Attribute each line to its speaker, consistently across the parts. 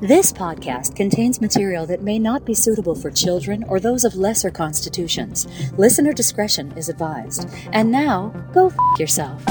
Speaker 1: This podcast contains material that may not be suitable for children or those of lesser constitutions. Listener discretion is advised. And now, go f yourself.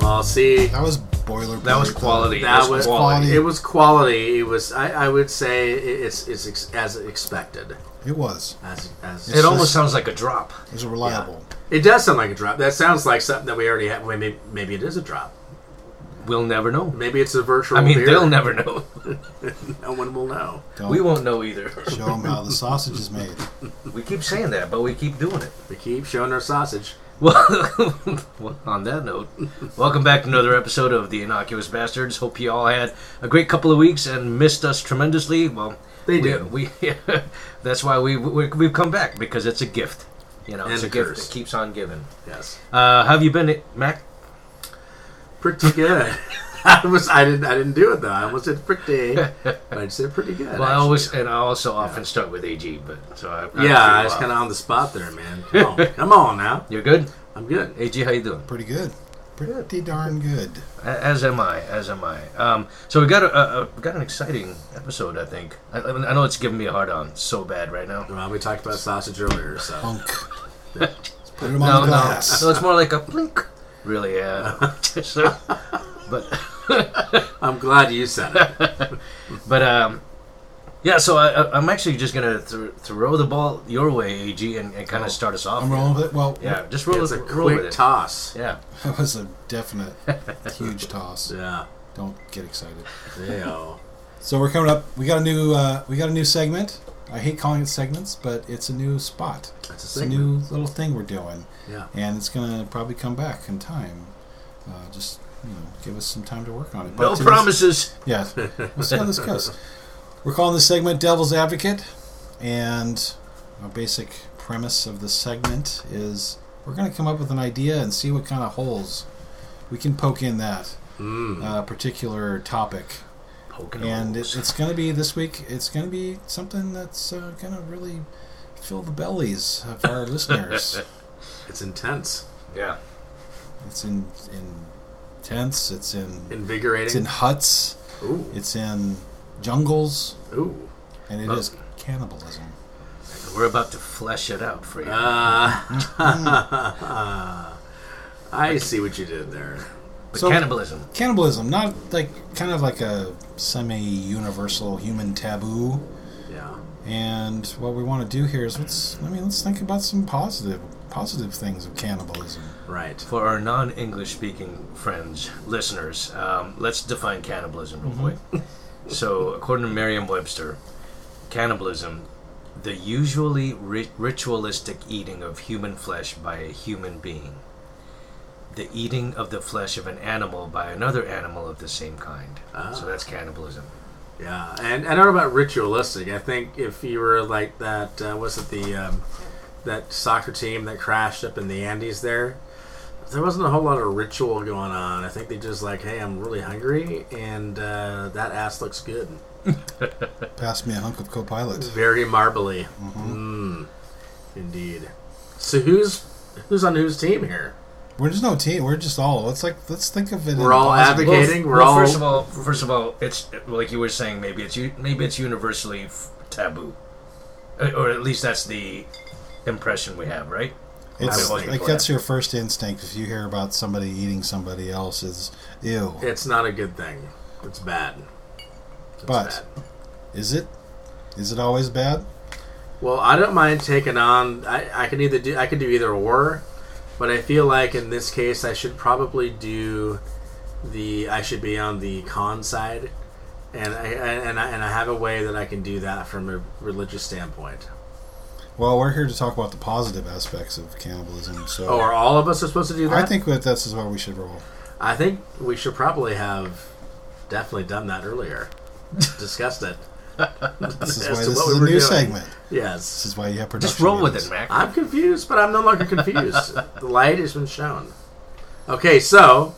Speaker 2: Well, see,
Speaker 3: That was boiler.
Speaker 4: That was quality.
Speaker 2: that was,
Speaker 3: quality.
Speaker 2: It was quality. It was. I, I would say it- it's it's ex- as expected.
Speaker 3: It was.
Speaker 2: As as
Speaker 4: It almost sounds like a drop.
Speaker 3: It was reliable.
Speaker 2: it does sound like a drop. That sounds like something that we already have. Well, Maybe maybe it is a drop.
Speaker 4: We'll never know.
Speaker 2: Maybe it's a virtual.
Speaker 4: I mean,
Speaker 2: beer.
Speaker 4: they'll never know.
Speaker 2: No one will know.
Speaker 3: Don't
Speaker 4: We won't know either.
Speaker 3: show them how the sausage is made.
Speaker 4: We keep saying that, but we keep doing it.
Speaker 2: We keep showing our sausage.
Speaker 4: Well, well, on that note, welcome back to another episode of The Innocuous Bastards. Hope you all had a great couple of weeks and missed us tremendously. Well,
Speaker 2: They
Speaker 4: we,
Speaker 2: did.
Speaker 4: We, that's why we, we, we've come back, because it's a gift. You know,
Speaker 2: And
Speaker 4: it's a
Speaker 2: a
Speaker 4: gift
Speaker 2: curse.
Speaker 4: that keeps on giving.
Speaker 2: Yes,
Speaker 4: Uh, how have you been, Mac?
Speaker 2: pretty good. I was. I didn't. I didn't do it though. I almost said pretty. but I said pretty good.
Speaker 4: Well, I
Speaker 2: actually.
Speaker 4: always and I also often start with AG, but so I, I uh,
Speaker 2: Yeah, I
Speaker 4: threw
Speaker 2: was
Speaker 4: off.
Speaker 2: kind of on the spot there, man. Come on, come on now.
Speaker 4: You're good,
Speaker 2: I'm good.
Speaker 4: AG. How you doing?
Speaker 3: Pretty good. Pretty darn good.
Speaker 4: A- As am I. As am I. Um, so we got a, a, a we got an exciting episode. I think. I, I mean, I know it's giving me a hard on so bad right
Speaker 3: Oh,
Speaker 4: now.
Speaker 2: Well, we talked about sausage earlier, so.
Speaker 3: Punk. Put 'em
Speaker 4: No,
Speaker 3: on
Speaker 4: no,
Speaker 3: glass.
Speaker 4: no. It's more like a blink. Really, yeah. So, but
Speaker 2: I'm glad you said it.
Speaker 4: but um, yeah. So I, I, I'm actually just gonna th- throw the ball your way, AG, and, and kind of start us off.
Speaker 3: Oh, I'm rolling with it. Well,
Speaker 4: Yeah, just roll,
Speaker 2: It's a
Speaker 4: with- roll with
Speaker 2: quick
Speaker 4: it.
Speaker 2: toss.
Speaker 4: Yeah.
Speaker 3: that was a definite huge toss.
Speaker 2: Yeah.
Speaker 3: Don't get excited.
Speaker 2: Yeah.
Speaker 3: So we're coming up. We got a new. Uh, we got a new segment. I hate calling it segments, but it's a new spot.
Speaker 2: That's a
Speaker 3: It's a
Speaker 2: segment.
Speaker 3: new little thing we're doing,
Speaker 2: Yeah.
Speaker 3: and it's gonna probably come back in time. Uh, just you know, give us some time to work on it.
Speaker 4: No
Speaker 3: today's-
Speaker 4: promises.
Speaker 3: Yeah. Let's see how this goes. We're calling this segment Devil's Advocate, and our basic premise of the segment is we're going to come up with an idea and see what kind of holes we can poke in that uh, particular topic.
Speaker 4: Poking
Speaker 3: And it,
Speaker 4: holes.
Speaker 3: it's going to be this week, it's going to be something that's uh, going to really fill the bellies of our listeners.
Speaker 2: It's intense.
Speaker 4: yeah.
Speaker 3: It's in, in tents, it's in, it's in
Speaker 2: Invigorating.
Speaker 3: huts,
Speaker 2: Ooh.
Speaker 3: it's in jungles.
Speaker 2: Ooh.
Speaker 3: And it
Speaker 4: Well-
Speaker 3: is cannibalism.
Speaker 4: We're about to flesh it out for you.
Speaker 2: Uh, I see what you did there.
Speaker 4: but
Speaker 3: so-
Speaker 4: cannibalism.
Speaker 3: Cannibalism, not like kind of like a semi-universal human taboo.
Speaker 2: Yeah.
Speaker 3: And what we want to do here is let's I mean let's think about some positive positive things of cannibalism.
Speaker 2: Right.
Speaker 4: For our non-English speaking friends, listeners, um, let's define cannibalism real quick. so, according to Merriam-Webster, cannibalism, the usually ri- ritualistic eating of human flesh by a human being, the eating of the flesh of an animal by another animal of the same kind. So that's cannibalism.
Speaker 2: Yeah. And I don't know about ritualistic. I think if you were like that, uh, was it the um, that soccer team that crashed up in the Andes there? There wasn't a whole lot of ritual going on. I think they just like, hey, I'm really hungry, and uh, that ass looks good.
Speaker 3: Pass me a hunk of copilot.
Speaker 2: Very marbly. Mm, indeed. So who's who's on whose team here?
Speaker 3: We're just no team. We're just all. Let's like let's think of it. in
Speaker 2: We're all
Speaker 3: positive-
Speaker 2: advocates. Gating, we're all-
Speaker 4: first of all, first of all, it's like you were saying. Maybe it's u- maybe it's universally f- taboo, Uh, or at least that's the impression we have, right?
Speaker 3: It's,
Speaker 4: Advocates.
Speaker 3: like that's your first instinct if you hear about somebody eating somebody else is ew.
Speaker 2: It's not a good thing. It's bad. It's
Speaker 3: But- Is it? Is it always bad?
Speaker 2: well, I don't mind taking on. I, I can either do I could do either or, but I feel like in this case I should probably do the I should be on the con side, and I and I, and I have a way that I can do that from a religious standpoint.
Speaker 3: Well, we're here to talk about the positive aspects of cannibalism. So
Speaker 2: Oh, are all of us are supposed to do that?
Speaker 3: I think that this is what we should roll.
Speaker 2: I think we should probably have definitely done that earlier. Discussed it.
Speaker 3: This is
Speaker 2: As
Speaker 3: why
Speaker 2: to
Speaker 3: this
Speaker 2: what
Speaker 3: is
Speaker 2: we
Speaker 3: a
Speaker 2: were
Speaker 3: new
Speaker 2: doing.
Speaker 3: segment. This
Speaker 2: Yes.
Speaker 3: is why you have production.
Speaker 4: Just roll with
Speaker 3: meetings.
Speaker 4: it, Mac.
Speaker 2: I'm confused, but I'm no longer confused. the light has been shown. Okay, so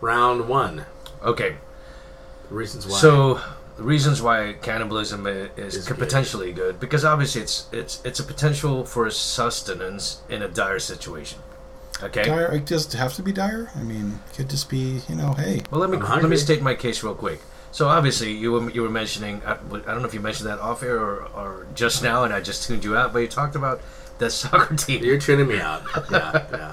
Speaker 2: round one.
Speaker 4: Okay,
Speaker 2: Reasons why.
Speaker 4: so reasons why cannibalism i- is,
Speaker 2: Is
Speaker 4: could
Speaker 2: good.
Speaker 4: potentially good because obviously it's it's it's a potential for sustenance in a dire situation. Okay.
Speaker 3: Dire, it does have to be dire. I mean, could just be you know, hey,
Speaker 4: Well, let me
Speaker 2: I'm
Speaker 4: let me
Speaker 2: hungry.
Speaker 4: state my case real quick. So obviously you were, you were mentioning I, I don't know if you mentioned that off air or, or just now, and I just tuned you out. But you talked about the soccer team.
Speaker 2: You're tuning me out. Yeah, yeah.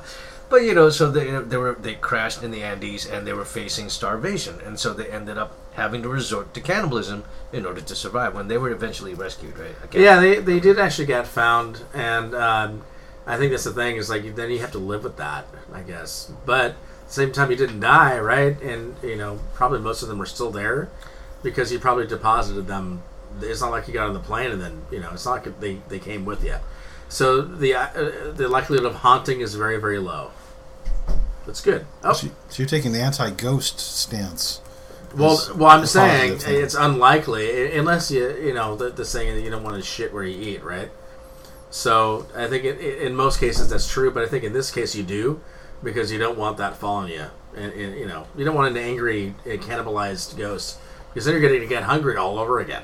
Speaker 4: But you know, so they, they were they crashed in the Andes and they were facing starvation, and so they ended up having to resort to cannibalism in order to survive. When they were eventually rescued, right? Okay.
Speaker 2: Yeah, they, they did actually get found, and um, I think that's the thing is like then you have to live with that, I guess. But at the same time, you didn't die, right? And you know probably most of them are still there because you probably deposited them. It's not like you got on the plane and then you know it's not like they they came with you. So the uh, the likelihood of haunting is very very low. That's good. Oh,
Speaker 3: so so you're taking the anti-ghost stance.
Speaker 2: well,
Speaker 3: It's
Speaker 2: well, I'm
Speaker 3: a
Speaker 2: saying
Speaker 3: positive thing.
Speaker 2: it's unlikely i- unless you, you know, the, the saying that you don't want to shit where you eat, right? So I think it, i in most cases that's true, but I think in this case you do because you don't want that following you, and, and you know, you don't want an angry, uh, cannibalized ghost because then you're going to get hungry all over again.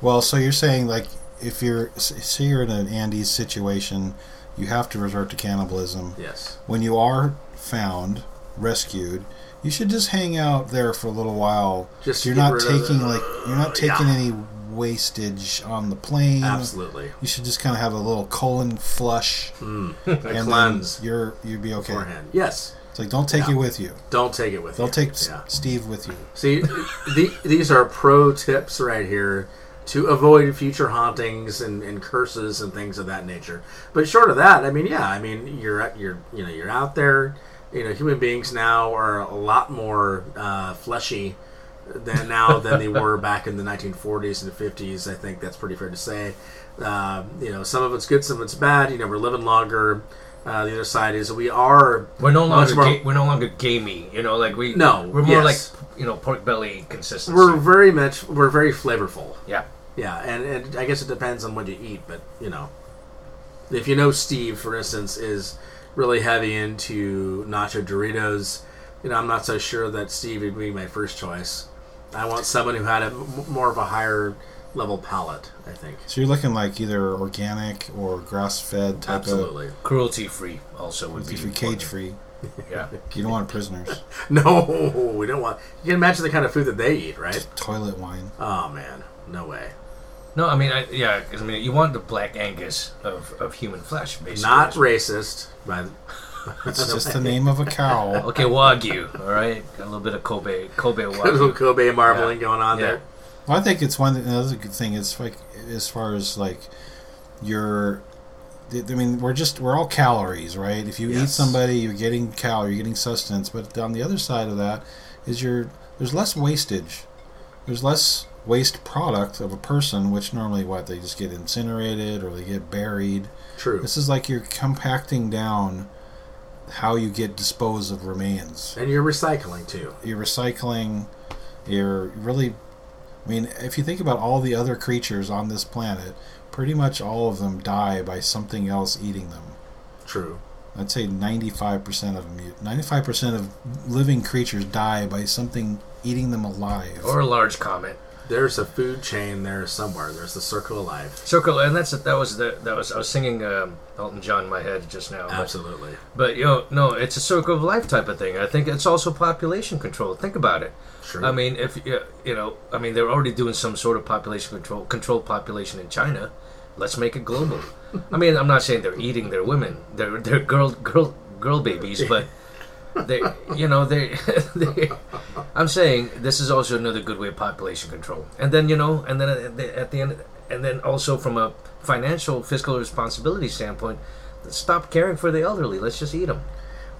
Speaker 3: Well, so you're saying like if you're s- say you're in an Andes situation, you have to resort to cannibalism.
Speaker 2: Yes.
Speaker 3: When you are found, rescued, you should just hang out there for a little while.
Speaker 2: Just
Speaker 3: you're
Speaker 2: get
Speaker 3: not
Speaker 2: rid of the-
Speaker 3: taking like you're not taking
Speaker 2: Yeah.
Speaker 3: any wastage on the plane.
Speaker 2: Absolutely.
Speaker 3: You should just kind of have a little colon flush
Speaker 2: A
Speaker 3: and
Speaker 2: cleanse
Speaker 3: then you're you'd be okay.
Speaker 2: beforehand. Yes.
Speaker 3: It's like don't take
Speaker 2: Yeah.
Speaker 3: it with you.
Speaker 2: Don't take it with
Speaker 3: Don't
Speaker 2: you.
Speaker 3: take S-
Speaker 2: Yeah.
Speaker 3: Steve with you.
Speaker 2: See, the, these are pro tips right here to avoid future hauntings and, and curses and things of that nature. But short of that, I mean, yeah, I mean, you're you're you know you're out there. You know, human beings now are a lot more uh, fleshy than now than they were back in the 1940s and 50s. I think that's pretty fair to say. Uh, you know, some of it's good, some of it's bad. You know, we're living longer. Uh, the other side is we are
Speaker 4: We're no
Speaker 2: much
Speaker 4: longer
Speaker 2: more-
Speaker 4: ga- we're no longer gamey. You know, like we
Speaker 2: No,
Speaker 4: we're more
Speaker 2: yes.
Speaker 4: like you know pork belly consistency.
Speaker 2: we're very much we're very flavorful.
Speaker 4: yeah.
Speaker 2: Yeah, and, and I guess it depends on what you eat, but you know, if you know Steve, for instance, is really heavy into nacho Doritos, you know, I'm not so sure that Steve would be my first choice. I want someone who had a m more of a higher level palate. I think
Speaker 3: So you're looking like either organic or grass-fed type
Speaker 2: absolutely
Speaker 4: Cruelty free also would
Speaker 3: of
Speaker 4: be
Speaker 3: if you're
Speaker 4: important.
Speaker 3: cage-free.
Speaker 4: Yeah.
Speaker 3: You don't want prisoners.
Speaker 2: no, we don't want. You can imagine the kind of food that they eat, right?
Speaker 3: Toilet wine.
Speaker 2: Oh man, no way.
Speaker 4: No, I mean, I, yeah, 'cause, I mean, you want the black Angus of, of human flesh, basically.
Speaker 2: Not racist, but
Speaker 3: It's just the name of a cow.
Speaker 4: okay. Wagyu, all right. Got a little bit of Kobe Kobe
Speaker 2: a little
Speaker 4: Wagyu.
Speaker 2: Kobe marbling going on
Speaker 4: Yeah.
Speaker 2: there.
Speaker 3: Well, I think it's one another good thing. It's like as far as like your. I mean, we're just we're all calories, right? If you eat
Speaker 2: Yes.
Speaker 3: somebody, you're getting calorie, you're getting sustenance. But on the other side of that is your there's less wastage. There's less waste product of a person, which normally what they just get incinerated or they get buried.
Speaker 2: True.
Speaker 3: This is like you're compacting down how you get disposed of remains.
Speaker 2: And you're recycling too.
Speaker 3: you're recycling you're really i mean if you think about all the other creatures on this planet pretty much all of them die by something else eating them
Speaker 2: True.
Speaker 3: i'd say 95% of them you- 95% of living creatures die by something eating them alive
Speaker 4: Or a large comet.
Speaker 2: There's a food chain there somewhere. There's the circle of life.
Speaker 4: Circle, and that's that was the that was I was singing um, Elton John in my head just now. but-
Speaker 2: Absolutely.
Speaker 4: But you know, no, it's a circle of life type of thing. I think it's also population control. Think about it.
Speaker 2: Sure.
Speaker 4: I mean, if you you know, I mean, they're already doing some sort of population control, control population in China. Let's make it global. I mean, I'm not saying they're eating their women, they're they're girl girl girl babies, but they, you know, they, they. I'm saying this is also another good way of population control. And then you know, and then at the, at the end, and then also from a financial fiscal responsibility standpoint, stop caring for the elderly. Let's just eat them.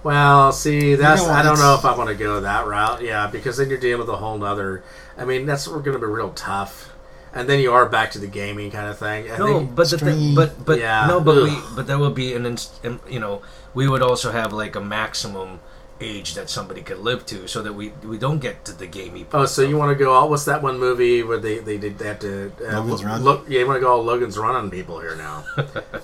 Speaker 2: Well, see, that's
Speaker 3: know,
Speaker 2: I don't
Speaker 3: it's-
Speaker 2: know if I want to go that route. Yeah, because then you're dealing with a whole nother. I mean, that's we're going to be real tough, and then you are back to the gaming kind of thing. I
Speaker 4: No,
Speaker 2: think,
Speaker 4: but the
Speaker 3: stringy.
Speaker 4: thing, but but
Speaker 2: Yeah.
Speaker 4: no, but we
Speaker 2: Ugh.
Speaker 4: but there will be an inst- um, you know we would also have like a maximum age that somebody could live to, so that we we don't get to the gamey.
Speaker 2: oh, so you want to go all? What's that one movie where they they did they have to uh,
Speaker 3: Logan's
Speaker 2: lo-
Speaker 3: Run?
Speaker 2: Look, yeah, you want to go all Logan's Run on people here now,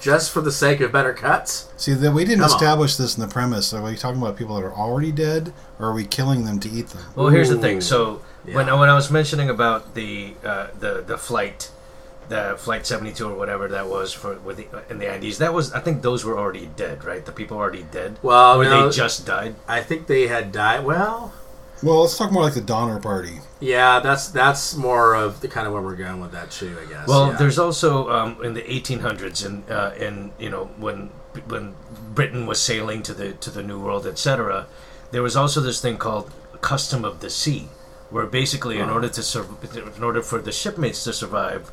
Speaker 2: just for the sake of better cuts.
Speaker 3: see that we didn't
Speaker 2: Come on.
Speaker 3: establish this in the premise so are we talking about people that are already dead or are we killing them to eat them
Speaker 4: well, here's the
Speaker 2: Ooh.
Speaker 4: thing. So When,
Speaker 2: Yeah.
Speaker 4: when I was mentioning about the uh, the the flight, the flight seventy two or whatever that was for with the, in the IDs, that was I think those were already dead, right? The people already dead.
Speaker 2: Well,
Speaker 4: or
Speaker 2: no.
Speaker 4: they just died.
Speaker 2: I think they had died. Well,
Speaker 3: Well, let's talk more like the Donner Party.
Speaker 2: yeah, that's that's more of the kind of where we're going with that too, I guess.
Speaker 4: Well,
Speaker 2: yeah.
Speaker 4: there's also um, in the 1800s, and uh, and you know when when Britain was sailing to the to the New World, etc. There was also this thing called custom of the sea, where basically in order to sur- in order for the shipmates to survive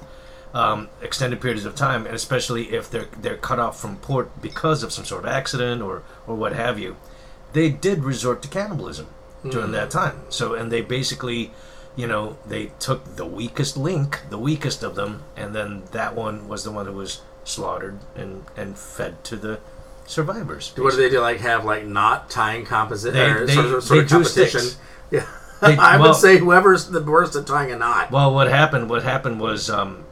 Speaker 4: um, extended periods of time, and especially if they're they're cut off from port because of some sort of accident or or what have you, they did resort to cannibalism during that time. So, and they basically, you know, they took the weakest link, the weakest of them, and then that one was the one who was slaughtered and and fed to the survivors.
Speaker 2: what do they do? Like have like knot tying composite
Speaker 4: They-
Speaker 2: or
Speaker 4: they-
Speaker 2: sort of, sort
Speaker 4: they
Speaker 2: of
Speaker 4: drew
Speaker 2: competition?
Speaker 4: sticks.
Speaker 2: Yeah,
Speaker 4: They-
Speaker 2: I
Speaker 4: well-
Speaker 2: would say whoever's the worst at tying a knot.
Speaker 4: Well, what happened? What happened was, um,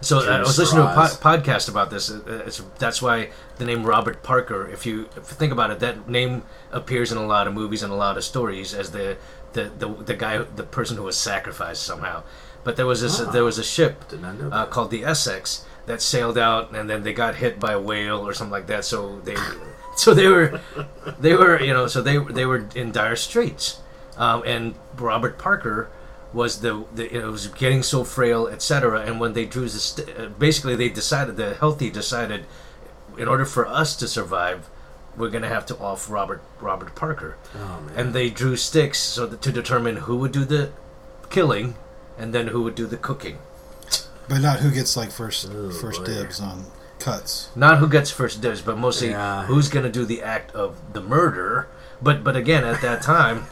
Speaker 4: so I
Speaker 2: Jim
Speaker 4: was listening to a
Speaker 2: Straws.
Speaker 4: po- podcast about this. Uh, It's, that's why the name Robert Parker. If you, if you think about it, that name appears in a lot of movies and a lot of stories as the the, the, the guy, the person who was sacrificed somehow. But there was this, there was a ship
Speaker 2: Did not know
Speaker 4: uh,
Speaker 2: that.
Speaker 4: called the Essex that sailed out, and then they got hit by a whale or something like that. So they, so they were, they were, you know, so they they were in dire straits, um, and Robert Parker was the, the it was getting so frail, etc. And when they drew the st- uh, basically they decided the healthy decided, in order for us to survive, we're gonna have to off Robert Robert Parker, and they drew sticks so that, to determine who would do the killing, and then who would do the cooking.
Speaker 3: But not who gets like first first
Speaker 2: Oh, boy.
Speaker 3: dibs on cuts.
Speaker 4: not who gets first dibs, but mostly
Speaker 2: Yeah.
Speaker 4: who's going to do the act of the murder. But but again, at that time,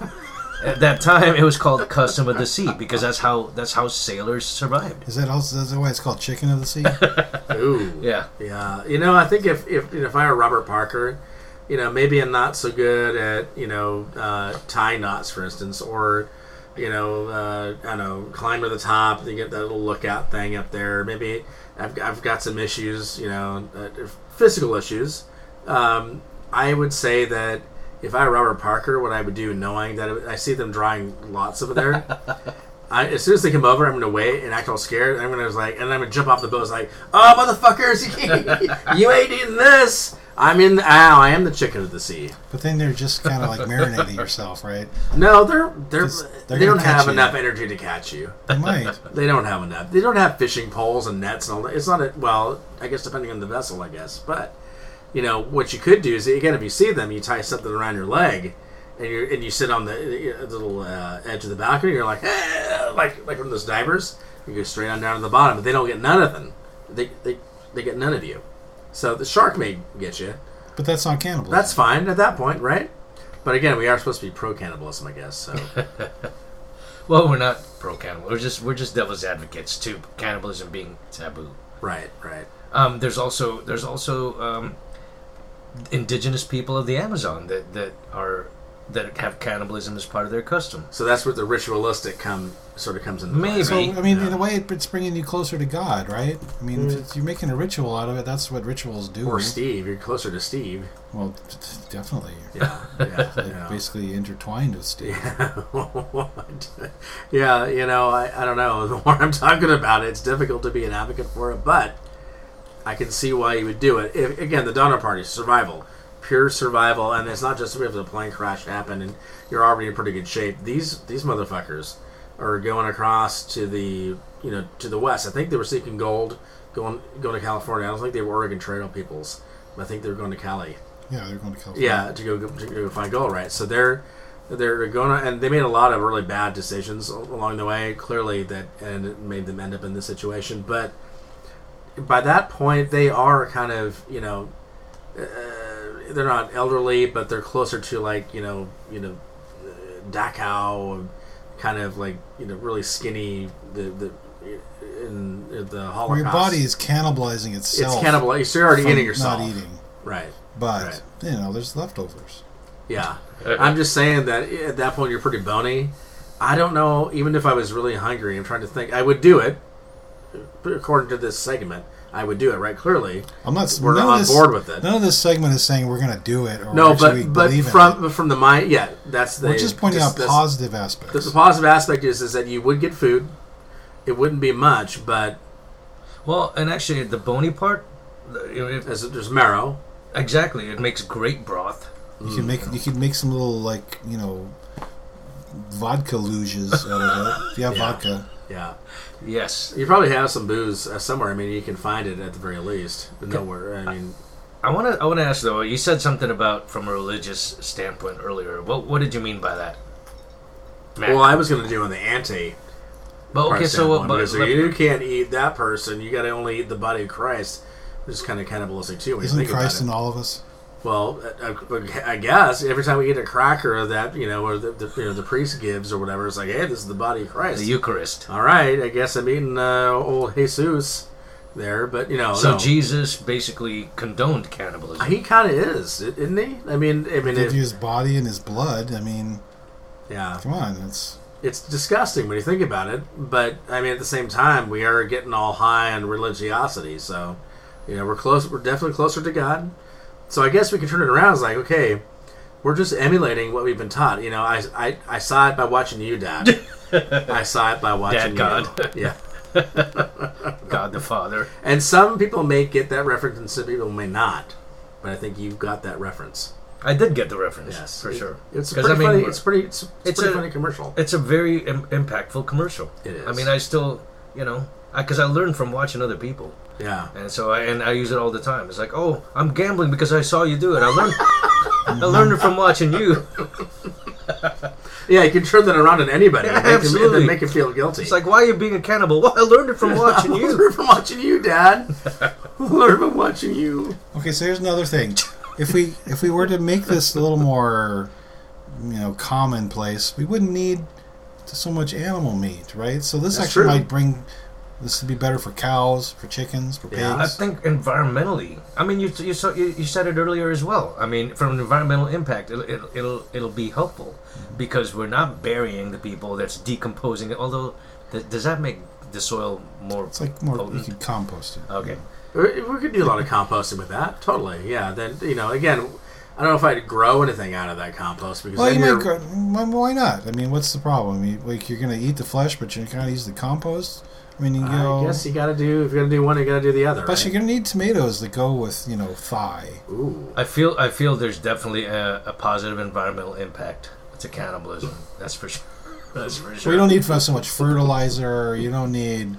Speaker 4: at that time, it was called custom of the sea because that's how that's how sailors survived.
Speaker 3: Is that also is that why it's called Chicken of the Sea?
Speaker 2: Ooh.
Speaker 4: Yeah,
Speaker 2: Yeah, you know, I think if if if I were Robert Parker, you know, maybe I'm not so good at you know uh, tie knots, for instance, or you know, uh, I don't know, climb to the top, you get that little lookout thing up there. Maybe I've I've got some issues, you know, uh, physical issues. Um, I would say that if I were Robert Parker, what I would do, knowing that I see them drawing lots over there. I, as soon as they come over, I'm gonna wait and act all scared. I'm gonna just like, and I'm gonna jump off the boat. It's like, oh motherfuckers, you, you ain't eating this. I'm in. The, ow, I am the chicken of the sea.
Speaker 3: but then they're just kind of like marinating yourself, right?
Speaker 2: No, they're they're
Speaker 3: 'Cause they're
Speaker 2: they don't
Speaker 3: gonna catch
Speaker 2: have
Speaker 3: you.
Speaker 2: enough energy to catch you.
Speaker 3: They might.
Speaker 2: They don't have enough. They don't have fishing poles and nets and all that. It's not a well, I guess depending on the vessel, I guess. But you know what you could do is again, if you see them, you tie something around your leg, and you and you sit on the uh, little uh, edge of the balcony. You're like, "Ah," like like from those divers. You go straight on down to the bottom, but they don't get none of them. They they they get none of you. So the shark may get you.
Speaker 3: But that's not cannibalism.
Speaker 2: That's fine at that point, right? But again, we are supposed to be pro cannibalism, I guess. So
Speaker 4: well, we're not pro cannibal. We're just we're just devil's advocates to cannibalism being taboo.
Speaker 2: right, right.
Speaker 4: Um, there's also there's also um, indigenous people of the Amazon that that are that have cannibalism as part of their custom.
Speaker 2: So that's where the ritualistic come sort of comes into play.
Speaker 4: Maybe.
Speaker 3: So I mean,
Speaker 2: Yeah.
Speaker 3: in a way, it- it's bringing you closer to God, right? I mean,
Speaker 2: Mm.
Speaker 3: if it's- you're making a ritual out of it. That's what rituals do.
Speaker 2: Or
Speaker 3: right?
Speaker 2: Steve, you're closer to Steve.
Speaker 3: Well, t- t- definitely.
Speaker 2: Yeah, yeah,
Speaker 3: Like, Basically intertwined with Steve.
Speaker 2: yeah. yeah you know, I, I don't know. The more I'm talking about it, it's difficult to be an advocate for it, but I can see why you would do it. If, again, the Donner Party, survival, pure survival, and it's not just if the plane crash happened and you're already in pretty good shape. These these motherfuckers are going across to the you know to the west. I think they were seeking gold, going going to California. I don't think they were Oregon Trail peoples. I think they were going to Cali.
Speaker 3: Yeah, they're going to California.
Speaker 2: Yeah, to go to go find gold, right? So they're they're going to, and they made a lot of really bad decisions al- along the way. Clearly, that and it made them end up in this situation. But by that point, they are kind of you know uh, they're not elderly, but they're closer to like you know you know uh, Dachau, kind of like you know really skinny the the in the
Speaker 3: Well,
Speaker 2: Holocaust.
Speaker 3: your body is cannibalizing
Speaker 2: it's
Speaker 3: itself.
Speaker 2: cannibal. So you're already
Speaker 3: from
Speaker 2: eating yourself,
Speaker 3: Not eating,
Speaker 2: right?
Speaker 3: but
Speaker 2: Right.
Speaker 3: you know, there's leftovers.
Speaker 2: Yeah. I'm just saying that at that point you're pretty bony. I don't know, even if I was really hungry, I'm trying to think. I would do it, according to this segment. I would do it, right? Clearly,
Speaker 3: I'm not.
Speaker 2: We're
Speaker 3: none of
Speaker 2: on
Speaker 3: this-
Speaker 2: board with it.
Speaker 3: None of this segment is saying we're going to do it or
Speaker 2: no,
Speaker 3: actually
Speaker 2: but but
Speaker 3: believe in it.
Speaker 2: from but from the mind, yeah, that's the.
Speaker 3: We're just pointing
Speaker 2: just-
Speaker 3: out
Speaker 2: that's-
Speaker 3: positive
Speaker 2: The,
Speaker 3: aspects.
Speaker 2: the positive aspect is is that you would get food. It wouldn't be much, but
Speaker 4: Well, and actually, the bony part, the- you know, it-
Speaker 2: as there's marrow,
Speaker 4: exactly, it makes great broth.
Speaker 3: you can make you can make some little like you know vodka luges out of it. If you have
Speaker 2: Yeah.
Speaker 3: vodka,
Speaker 2: yeah.
Speaker 4: Yes,
Speaker 2: You probably have some booze uh, somewhere. I mean, you can find it at the very least. But nowhere. I mean,
Speaker 4: I want to. I want to ask though. You said something about from a religious standpoint earlier. What What did you mean by that? Matt.
Speaker 2: well, I was going to do on the anti.
Speaker 4: but okay, so what? But,
Speaker 2: because you can't eat that person. You got to only eat the body of Christ. Which is kind of cannibalistic too. When you
Speaker 3: isn't
Speaker 2: think
Speaker 3: Christ in
Speaker 2: about it.
Speaker 3: all of us?
Speaker 2: Well, I- I, I guess every time we eat a cracker that you know, or the, the you know the priest gives or whatever, it's like, hey, this is the body of Christ.
Speaker 4: the Eucharist.
Speaker 2: all right, I guess I'm eating uh, old Jesus there, but you know,
Speaker 4: So
Speaker 2: Oh, no.
Speaker 4: Jesus basically condoned cannibalism.
Speaker 2: he kind of is, i- isn't he? I mean, I mean,
Speaker 3: Give
Speaker 2: it,
Speaker 3: you his body and his blood. I mean,
Speaker 2: yeah,
Speaker 3: come on, it's
Speaker 2: it's disgusting when you think about it. But I mean, at the same time, we are getting all high on religiosity, so you know, we're close. We're definitely closer to God. So I guess we can turn it around. It's like, okay, we're just emulating what we've been taught. You know, I I, I saw it by watching you, Dad. I saw it by watching
Speaker 4: Dad God.
Speaker 2: you. Yeah.
Speaker 4: God the Father.
Speaker 2: And some people may get that reference and some people may not. But I think you've got that reference.
Speaker 4: I did get the reference
Speaker 2: Yes.
Speaker 4: for
Speaker 2: It-
Speaker 4: sure.
Speaker 2: It's a
Speaker 4: 'Cause,
Speaker 2: pretty
Speaker 4: I mean,
Speaker 2: funny. It's pretty. It's, it's
Speaker 4: it's
Speaker 2: pretty
Speaker 4: a-
Speaker 2: funny commercial.
Speaker 4: It's a very Im- impactful commercial.
Speaker 2: It is.
Speaker 4: I mean, I still, you know, because I, learned from watching other people,
Speaker 2: yeah.
Speaker 4: and so I and I use it all the time. It's like, oh, I'm gambling because I saw you do it. I learned, I learned it from watching you.
Speaker 2: Yeah. You can turn that around on anybody.
Speaker 4: Yeah,
Speaker 2: and make them- and
Speaker 4: absolutely.
Speaker 2: then make them feel guilty.
Speaker 4: It's like, why are you being a cannibal? Well, I learned it from watching
Speaker 2: I
Speaker 4: you.
Speaker 2: learned from watching you, Dad. I learned from watching you.
Speaker 3: okay. So here's another thing. If we if we were to make this a little more, you know, commonplace, we wouldn't need so much animal meat, right? So this
Speaker 2: That's
Speaker 3: actually
Speaker 2: true.
Speaker 3: might bring. This would be better for cows, for chickens, for pigs.
Speaker 2: Yeah.
Speaker 4: I think environmentally. I mean, you you, saw, you you said it earlier as well. I mean, from an environmental impact, it'll it'll it'll, it'll be helpful because we're not burying the people that's decomposing. it. Although, th- does that make the soil more?
Speaker 3: It's like more you
Speaker 4: potent?
Speaker 3: could compost it.
Speaker 4: Okay.
Speaker 2: We Uh, we could do a lot of composting with that. Totally. Yeah. Then you know, again, I don't know if I'd grow anything out of that compost because
Speaker 3: Well,
Speaker 2: then
Speaker 3: you
Speaker 2: you're-
Speaker 3: might grow. Why why not? I mean, what's the problem? You, like you're gonna eat the flesh, but you're gonna use the compost. I mean, you
Speaker 2: I
Speaker 3: go.
Speaker 2: guess you got to do. If you're gonna do one, you got to do the other.
Speaker 3: Plus,
Speaker 2: right?
Speaker 3: you're gonna need tomatoes that go with you know thigh.
Speaker 2: Ooh.
Speaker 4: I feel I feel there's definitely a, a positive environmental impact to cannibalism. That's for sure. That's for
Speaker 3: So
Speaker 4: sure.
Speaker 3: you don't need so much fertilizer. You don't need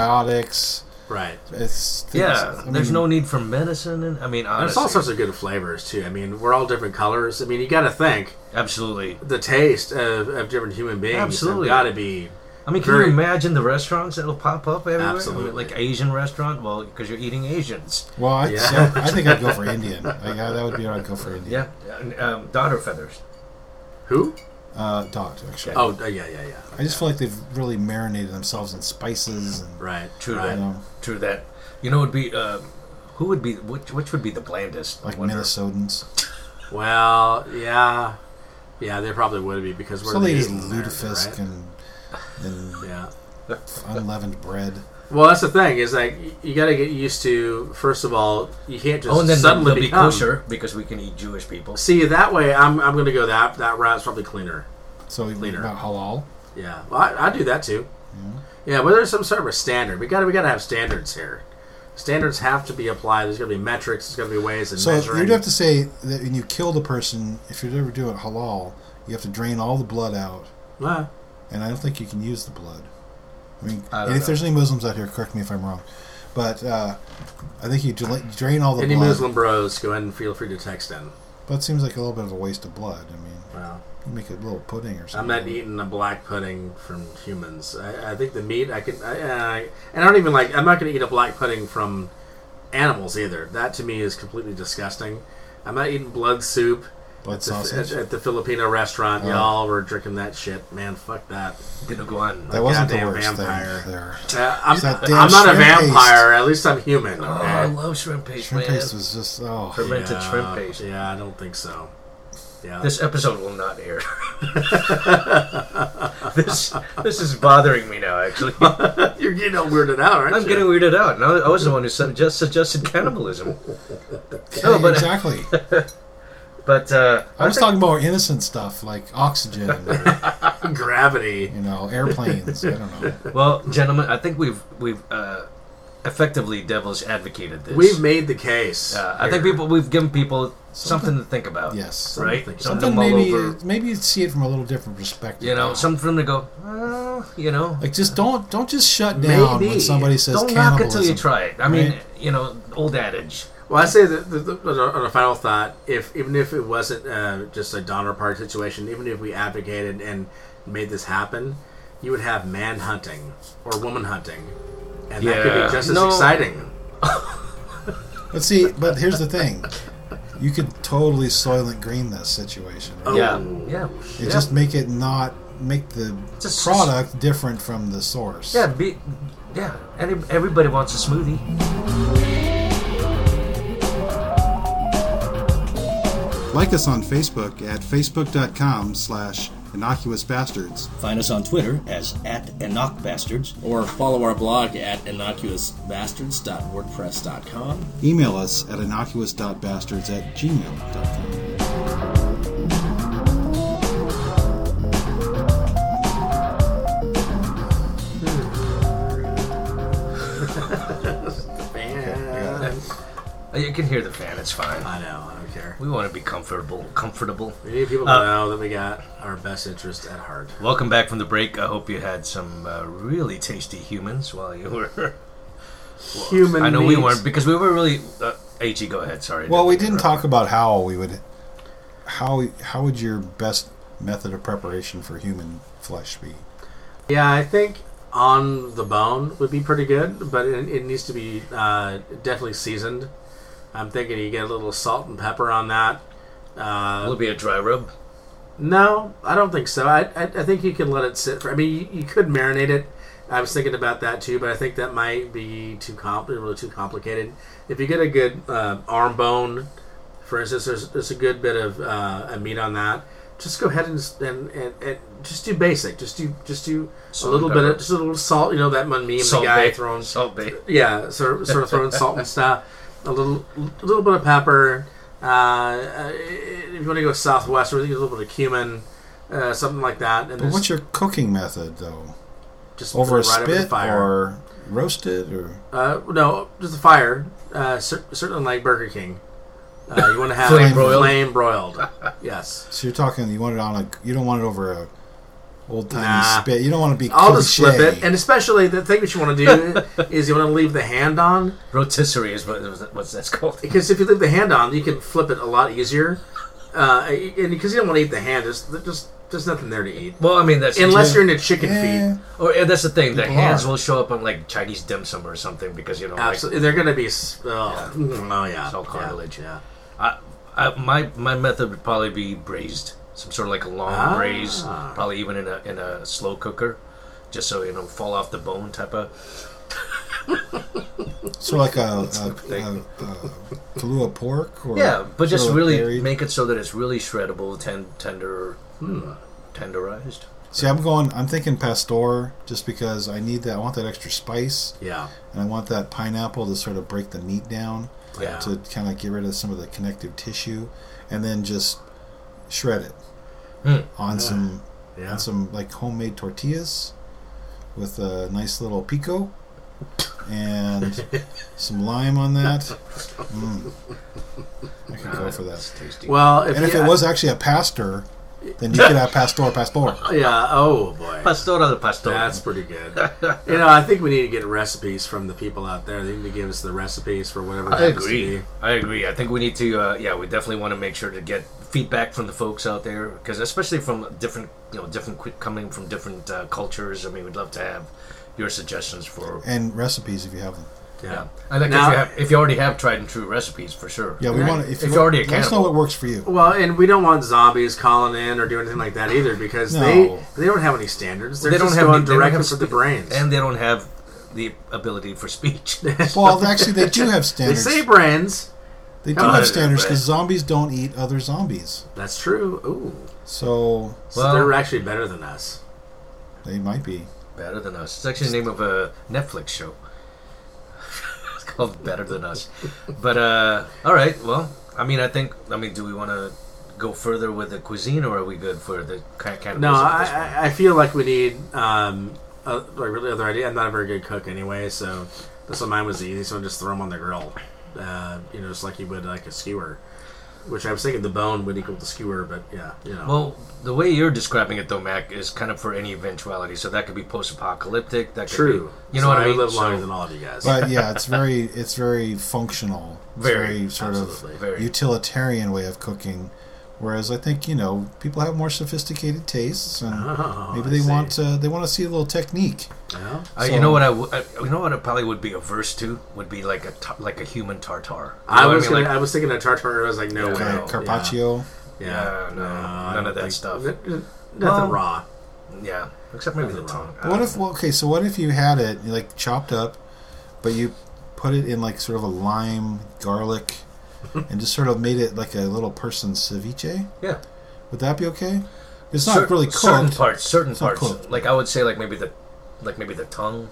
Speaker 3: antibiotics.
Speaker 2: Right.
Speaker 3: It's things-
Speaker 4: yeah,
Speaker 3: I
Speaker 2: Mm.
Speaker 4: there's
Speaker 3: mean,
Speaker 4: no need for medicine. And, I mean,
Speaker 2: There's
Speaker 4: honestly,
Speaker 2: all sorts of good flavors too. I mean, we're all different colors. I mean, you got to think
Speaker 4: absolutely.
Speaker 2: the taste of, of different human beings.
Speaker 4: Absolutely.
Speaker 2: got to be.
Speaker 4: I mean, can
Speaker 2: Very-
Speaker 4: you imagine the restaurants that'll pop up everywhere? I mean,
Speaker 2: Absolutely.
Speaker 4: like Asian restaurant, well, because you're eating Asians.
Speaker 3: Well, I,
Speaker 2: Yeah.
Speaker 3: see, I, I think I'd go for Indian. Like, I, that would be what I'd go for Indian.
Speaker 4: Yeah, and, um, daughter feathers.
Speaker 2: Who?
Speaker 3: Uh, dot actually.
Speaker 2: Oh, uh, yeah, yeah, yeah.
Speaker 3: I just feel like they've really marinated themselves in spices and
Speaker 2: Right.
Speaker 4: True
Speaker 2: right.
Speaker 3: you
Speaker 4: that.
Speaker 3: know,
Speaker 4: True that. You know, would be uh, who would be which? Which would be the blandest? I
Speaker 3: like
Speaker 4: wonder.
Speaker 3: Minnesotans.
Speaker 2: Well, yeah, yeah. They probably would be because we're
Speaker 3: So they eat
Speaker 2: in America,
Speaker 3: lutefisk
Speaker 2: right?
Speaker 3: and and
Speaker 2: Yeah.
Speaker 3: unleavened bread.
Speaker 2: Well, that's the thing is like y- you got to get used to. First of all, you can't just
Speaker 4: Oh, and then they'll,
Speaker 2: suddenly
Speaker 4: they'll be
Speaker 2: become-
Speaker 4: kosher because we can eat Jewish people.
Speaker 2: See that way, I'm I'm gonna go that that route's probably cleaner.
Speaker 3: So
Speaker 2: Cleaner.
Speaker 3: about halal.
Speaker 2: Yeah, well, I, I do that too.
Speaker 3: Mm-hmm.
Speaker 2: Yeah, but there's some sort of a standard. We got to we got to have standards here. Standards have to be applied. There's going to be metrics. There's going to be ways and
Speaker 3: So
Speaker 2: measuring.
Speaker 3: you'd have to say that when you kill the person, if you're ever doing halal, you have to drain all the blood out,
Speaker 2: Uh,
Speaker 3: and I don't think you can use the blood. I mean,
Speaker 4: I don't
Speaker 3: and if
Speaker 4: know.
Speaker 3: there's any Muslims out here, correct me if I'm wrong, but uh, I think you dra- drain all the
Speaker 2: any
Speaker 3: blood.
Speaker 2: Muslim bros, go ahead and feel free to text in.
Speaker 3: But it seems like a little bit of a waste of blood. I mean,
Speaker 2: Well,
Speaker 3: you make a little pudding or
Speaker 2: I'm
Speaker 3: something.
Speaker 2: not eating a black pudding from humans. I, I think the meat I can. I, I, and I don't even like. I'm not going to eat a black pudding from animals either. That to me is completely disgusting. I'm not eating blood soup.
Speaker 3: blood
Speaker 2: At, the-
Speaker 3: sausage.
Speaker 2: at- at the Filipino restaurant,
Speaker 3: Oh.
Speaker 2: y'all were drinking that shit, man. Fuck that.
Speaker 4: Dinuguan.
Speaker 3: that wasn't the
Speaker 2: goddamn
Speaker 3: worst
Speaker 2: vampire.
Speaker 3: thing there.
Speaker 2: Uh, I'm,
Speaker 3: that damn
Speaker 2: I'm not a
Speaker 3: shrimp paste.
Speaker 2: vampire. At least I'm human.
Speaker 4: Oh,
Speaker 2: okay?
Speaker 4: I love shrimp paste,
Speaker 3: Shrimp
Speaker 4: man.
Speaker 3: paste was just oh.
Speaker 4: Fermented
Speaker 2: yeah,
Speaker 4: shrimp paste.
Speaker 2: Yeah, I don't think so. Yeah.
Speaker 4: This episode will not air. this this is bothering me now. Actually, I'm
Speaker 2: You're getting all weirded out, aren't you?
Speaker 4: getting weirded out. Now I was the one who su- just suggested cannibalism. No,
Speaker 3: Yeah,
Speaker 4: but-
Speaker 3: exactly.
Speaker 4: But uh,
Speaker 3: I was talking more innocent stuff like oxygen, or,
Speaker 2: gravity.
Speaker 3: you know, airplanes. I don't know.
Speaker 4: well, gentlemen, I think we've we've uh, effectively devil's advocated this.
Speaker 2: We've made the case.
Speaker 4: Uh, I think
Speaker 2: here.
Speaker 4: people we've given people something, to think about.
Speaker 3: Yes.
Speaker 4: right.
Speaker 2: Something-
Speaker 3: Something
Speaker 4: all
Speaker 3: maybe
Speaker 4: over.
Speaker 3: maybe you'd see it from a little different perspective.
Speaker 4: You know, something for them to go. Well, you know,
Speaker 3: like just don't don't just shut down when
Speaker 2: Maybe.
Speaker 3: somebody says
Speaker 4: don't knock it
Speaker 3: cannibalism.
Speaker 4: till you try it. I mean,
Speaker 3: Right.
Speaker 4: you know, old adage.
Speaker 2: Well, I say that the, the, on a final thought, if even if it wasn't uh, just a Donner Park situation, even if we advocated and made this happen, you would have man hunting or woman hunting, and that could
Speaker 4: Yeah.
Speaker 2: be just as
Speaker 4: No.
Speaker 2: exciting.
Speaker 3: But see, but here's the thing. You could totally Soylent Green this situation. Right?
Speaker 2: Oh.
Speaker 4: Yeah, yeah.
Speaker 3: You
Speaker 4: Uh, yeah.
Speaker 3: just make it not make the
Speaker 4: Just-
Speaker 3: product different from the source.
Speaker 4: Yeah, be, yeah. Any, everybody wants a smoothie.
Speaker 5: Like us on Facebook at facebook.com slash innocuous bastards.
Speaker 6: Find us on Twitter as at Bastards.
Speaker 7: or follow our blog at innocuousbastards.wordpress.com.
Speaker 5: Email us at innocuous.bastards at gmail.com.
Speaker 2: Man,
Speaker 4: Uh, You can hear the fan. It's fine.
Speaker 2: I know. I don't care.
Speaker 4: We want to be comfortable. Comfortable.
Speaker 2: We need people to
Speaker 4: Uh,
Speaker 2: know that we got our best interest at heart.
Speaker 4: Welcome back from the break. I hope you had some uh, really tasty humans while you were.
Speaker 2: Human.
Speaker 4: I know we
Speaker 2: meat.
Speaker 4: weren't because we were really. Uh, Ag, go ahead. Sorry. Uh,
Speaker 3: Well, we
Speaker 4: Didn't
Speaker 3: didn't
Speaker 4: interrupt.
Speaker 3: talk about how we would how how would your best method of preparation for human flesh be?
Speaker 2: Yeah, I think on the bone would be pretty good, but it, it needs to be uh, definitely seasoned. I'm thinking you get a little salt and pepper on that. Uh,
Speaker 4: Will it be a dry rub?
Speaker 2: No, I don't think so. I, I, I think you can let it sit for. I mean, you, you could marinate it. I was thinking about that too, but I think that might be too compl- really too complicated. If you get a good uh, arm bone, for instance, there's, there's a good bit of uh, a meat on that. Just go ahead and, s- and, and, and just do basic. Just do just do
Speaker 4: Salt
Speaker 2: a little
Speaker 4: and
Speaker 2: bit
Speaker 4: pepper.
Speaker 2: of just a little salt. You know that one meme
Speaker 4: Salt
Speaker 2: the guy
Speaker 4: bay.
Speaker 2: throwing
Speaker 4: Salt bay.
Speaker 2: yeah, sort of, sort of throwing salt and stuff, a little a little bit of pepper. Uh, uh, if you want to go southwest, really a little bit of cumin, uh, something like that. And
Speaker 3: But
Speaker 2: just,
Speaker 3: what's your cooking method though?
Speaker 2: just
Speaker 3: Over a
Speaker 2: put it right
Speaker 3: spit
Speaker 2: fire.
Speaker 3: or roasted or
Speaker 2: Uh, no, just a fire. Uh, cer- certainly like Burger King. Uh, you want to have
Speaker 4: Flame broiled.
Speaker 2: Flame broiled. Yes.
Speaker 3: so you're talking you want it on a you don't want it over a old timey
Speaker 2: Nah.
Speaker 3: spit. You don't want to be
Speaker 2: I'll just flip
Speaker 3: cliche.
Speaker 2: it, and especially the thing that you want to do is you want to leave the hand on
Speaker 4: Rotisserie is what what's that's called.
Speaker 2: because if you leave the hand on, you can flip it a lot easier. Uh, and because you don't want to eat the hand, there's just there's nothing there to eat.
Speaker 4: Well, I mean that's
Speaker 2: Unless you're in a chicken
Speaker 3: Yeah.
Speaker 2: feed,
Speaker 4: Or and that's the thing. The
Speaker 3: People
Speaker 4: hands
Speaker 3: are.
Speaker 4: will show up on like Chinese dim sum or something because you know.
Speaker 2: absolutely, they're going to be. s- Oh, mm, oh yeah,
Speaker 4: It's all
Speaker 2: Yeah.
Speaker 4: cartilage.
Speaker 2: Yeah,
Speaker 4: Like, I, I, uh, my my method would probably be braised, some sort of like a long
Speaker 2: Ah.
Speaker 4: braise, probably even in a in a slow cooker, just so you know fall off the bone type of.
Speaker 3: So like a, a, a, a Kahlua pork or
Speaker 4: Yeah, but just
Speaker 3: sort of
Speaker 4: really
Speaker 3: buried?
Speaker 4: make it so that it's really shreddable, ten, tender, hmm, tenderized.
Speaker 3: See, I'm going. I'm thinking pastor, just because I need that. I want that extra spice,
Speaker 2: yeah.
Speaker 3: and I want that pineapple to sort of break the meat down,
Speaker 4: Yeah.
Speaker 3: to kind of get rid of some of the connective tissue, and then just shred it on some
Speaker 2: Yeah.
Speaker 3: on some like homemade tortillas with a nice little pico and some lime on that. Mm. I could go for that.
Speaker 4: Tasty.
Speaker 2: Well, if,
Speaker 3: And if
Speaker 2: you-
Speaker 3: it was actually a pastor, then you could have pastor pastor.
Speaker 2: yeah. Oh boy,
Speaker 4: pastora de pastor.
Speaker 2: that's pretty good. you know, I think we need to get recipes from the people out there. They need to give us the recipes for whatever.
Speaker 4: I agree. I agree. I think we need to. Uh, yeah, we definitely want to make sure to get feedback from the folks out there because especially from different, you know, different qu- coming from different uh, cultures. I mean, we'd love to have your suggestions for.
Speaker 3: and recipes if you have them.
Speaker 2: Yeah.
Speaker 4: Yeah, I like
Speaker 2: Now-
Speaker 4: if you have if you already have tried and true recipes for sure.
Speaker 3: Yeah, we
Speaker 2: Right.
Speaker 3: want to. If,
Speaker 4: If
Speaker 3: you
Speaker 4: you're already a
Speaker 3: let us know
Speaker 4: cannibal.
Speaker 3: what works for you.
Speaker 2: Well, and we don't want zombies calling in or doing anything like that either because
Speaker 3: No.
Speaker 2: they they don't have any standards. They're
Speaker 4: they don't
Speaker 2: just
Speaker 4: have
Speaker 2: going
Speaker 4: any- they don't
Speaker 2: directly
Speaker 4: have
Speaker 2: for the
Speaker 4: spe-
Speaker 2: brains.
Speaker 4: and they don't have the ability for speech.
Speaker 3: Well, actually, they do have
Speaker 2: they
Speaker 3: standards.
Speaker 2: say brains,
Speaker 3: They do
Speaker 2: Come on,
Speaker 3: have standards
Speaker 4: right.
Speaker 3: because zombies don't eat other zombies.
Speaker 2: That's true. Ooh,
Speaker 3: So
Speaker 2: so
Speaker 4: Well-
Speaker 2: they're actually better than us.
Speaker 3: they might be.
Speaker 4: Better Than Us. It's actually the name of a Netflix show. it's called Better Than Us. But, uh, all right, well, I mean, I think, I mean, do we want to go further with the cuisine or are we good for the kind of
Speaker 2: No, I, I, I feel like we need um, a, like really other idea. I'm not a very good cook anyway, so this one mine was the easiest one. Just throw them on the grill, uh, you know, just like you would like a skewer. Which I was thinking the bone would equal the skewer, but yeah, you know.
Speaker 4: Well, the way you're describing it, though, Mac, is kind of for any eventuality. So that could be post-apocalyptic. That could
Speaker 2: true.
Speaker 4: Be, you
Speaker 2: So
Speaker 4: know what I mean?
Speaker 2: live
Speaker 4: So-
Speaker 2: longer than all of you guys.
Speaker 3: But yeah, it's very it's very functional. It's
Speaker 4: Very,
Speaker 3: sort
Speaker 2: absolutely,
Speaker 3: of
Speaker 4: very.
Speaker 3: utilitarian way of cooking. Whereas I think you know people have more sophisticated tastes, and
Speaker 4: Ah,
Speaker 2: Oh,
Speaker 3: maybe
Speaker 2: I
Speaker 3: they
Speaker 2: see.
Speaker 3: want uh, they want to see a little technique.
Speaker 2: Yeah.
Speaker 4: Uh,
Speaker 3: So-
Speaker 4: you know what I, w- I- you know what I probably would be averse to would be like a tar- like a human tartar. You know
Speaker 2: I
Speaker 4: what
Speaker 2: was
Speaker 4: mean?
Speaker 2: gonna,
Speaker 4: Like,
Speaker 2: I was thinking of tartar. I was like, no
Speaker 4: Oh, Yeah.
Speaker 2: way,
Speaker 3: Car-
Speaker 4: Wow,
Speaker 3: Carpaccio.
Speaker 2: Yeah,
Speaker 4: Yeah, no,
Speaker 2: I
Speaker 4: none
Speaker 2: don't
Speaker 4: of that
Speaker 2: think-
Speaker 4: stuff.
Speaker 2: n- n- Nothing
Speaker 4: Well,
Speaker 3: Um,
Speaker 2: raw.
Speaker 4: yeah, except maybe the tongue. I
Speaker 3: What
Speaker 4: don't
Speaker 3: if
Speaker 4: know.
Speaker 3: well, okay? So what if you had it you, like chopped up, but you put it in like sort of a lime garlic, and just sort of made it like a little person's ceviche?
Speaker 4: yeah,
Speaker 3: Would that be okay? It's not
Speaker 4: Cer-
Speaker 3: really
Speaker 4: certain
Speaker 3: cooked.
Speaker 4: parts, certain
Speaker 3: not
Speaker 4: parts.
Speaker 3: cooked.
Speaker 4: Like I would say, like maybe the, like maybe the tongue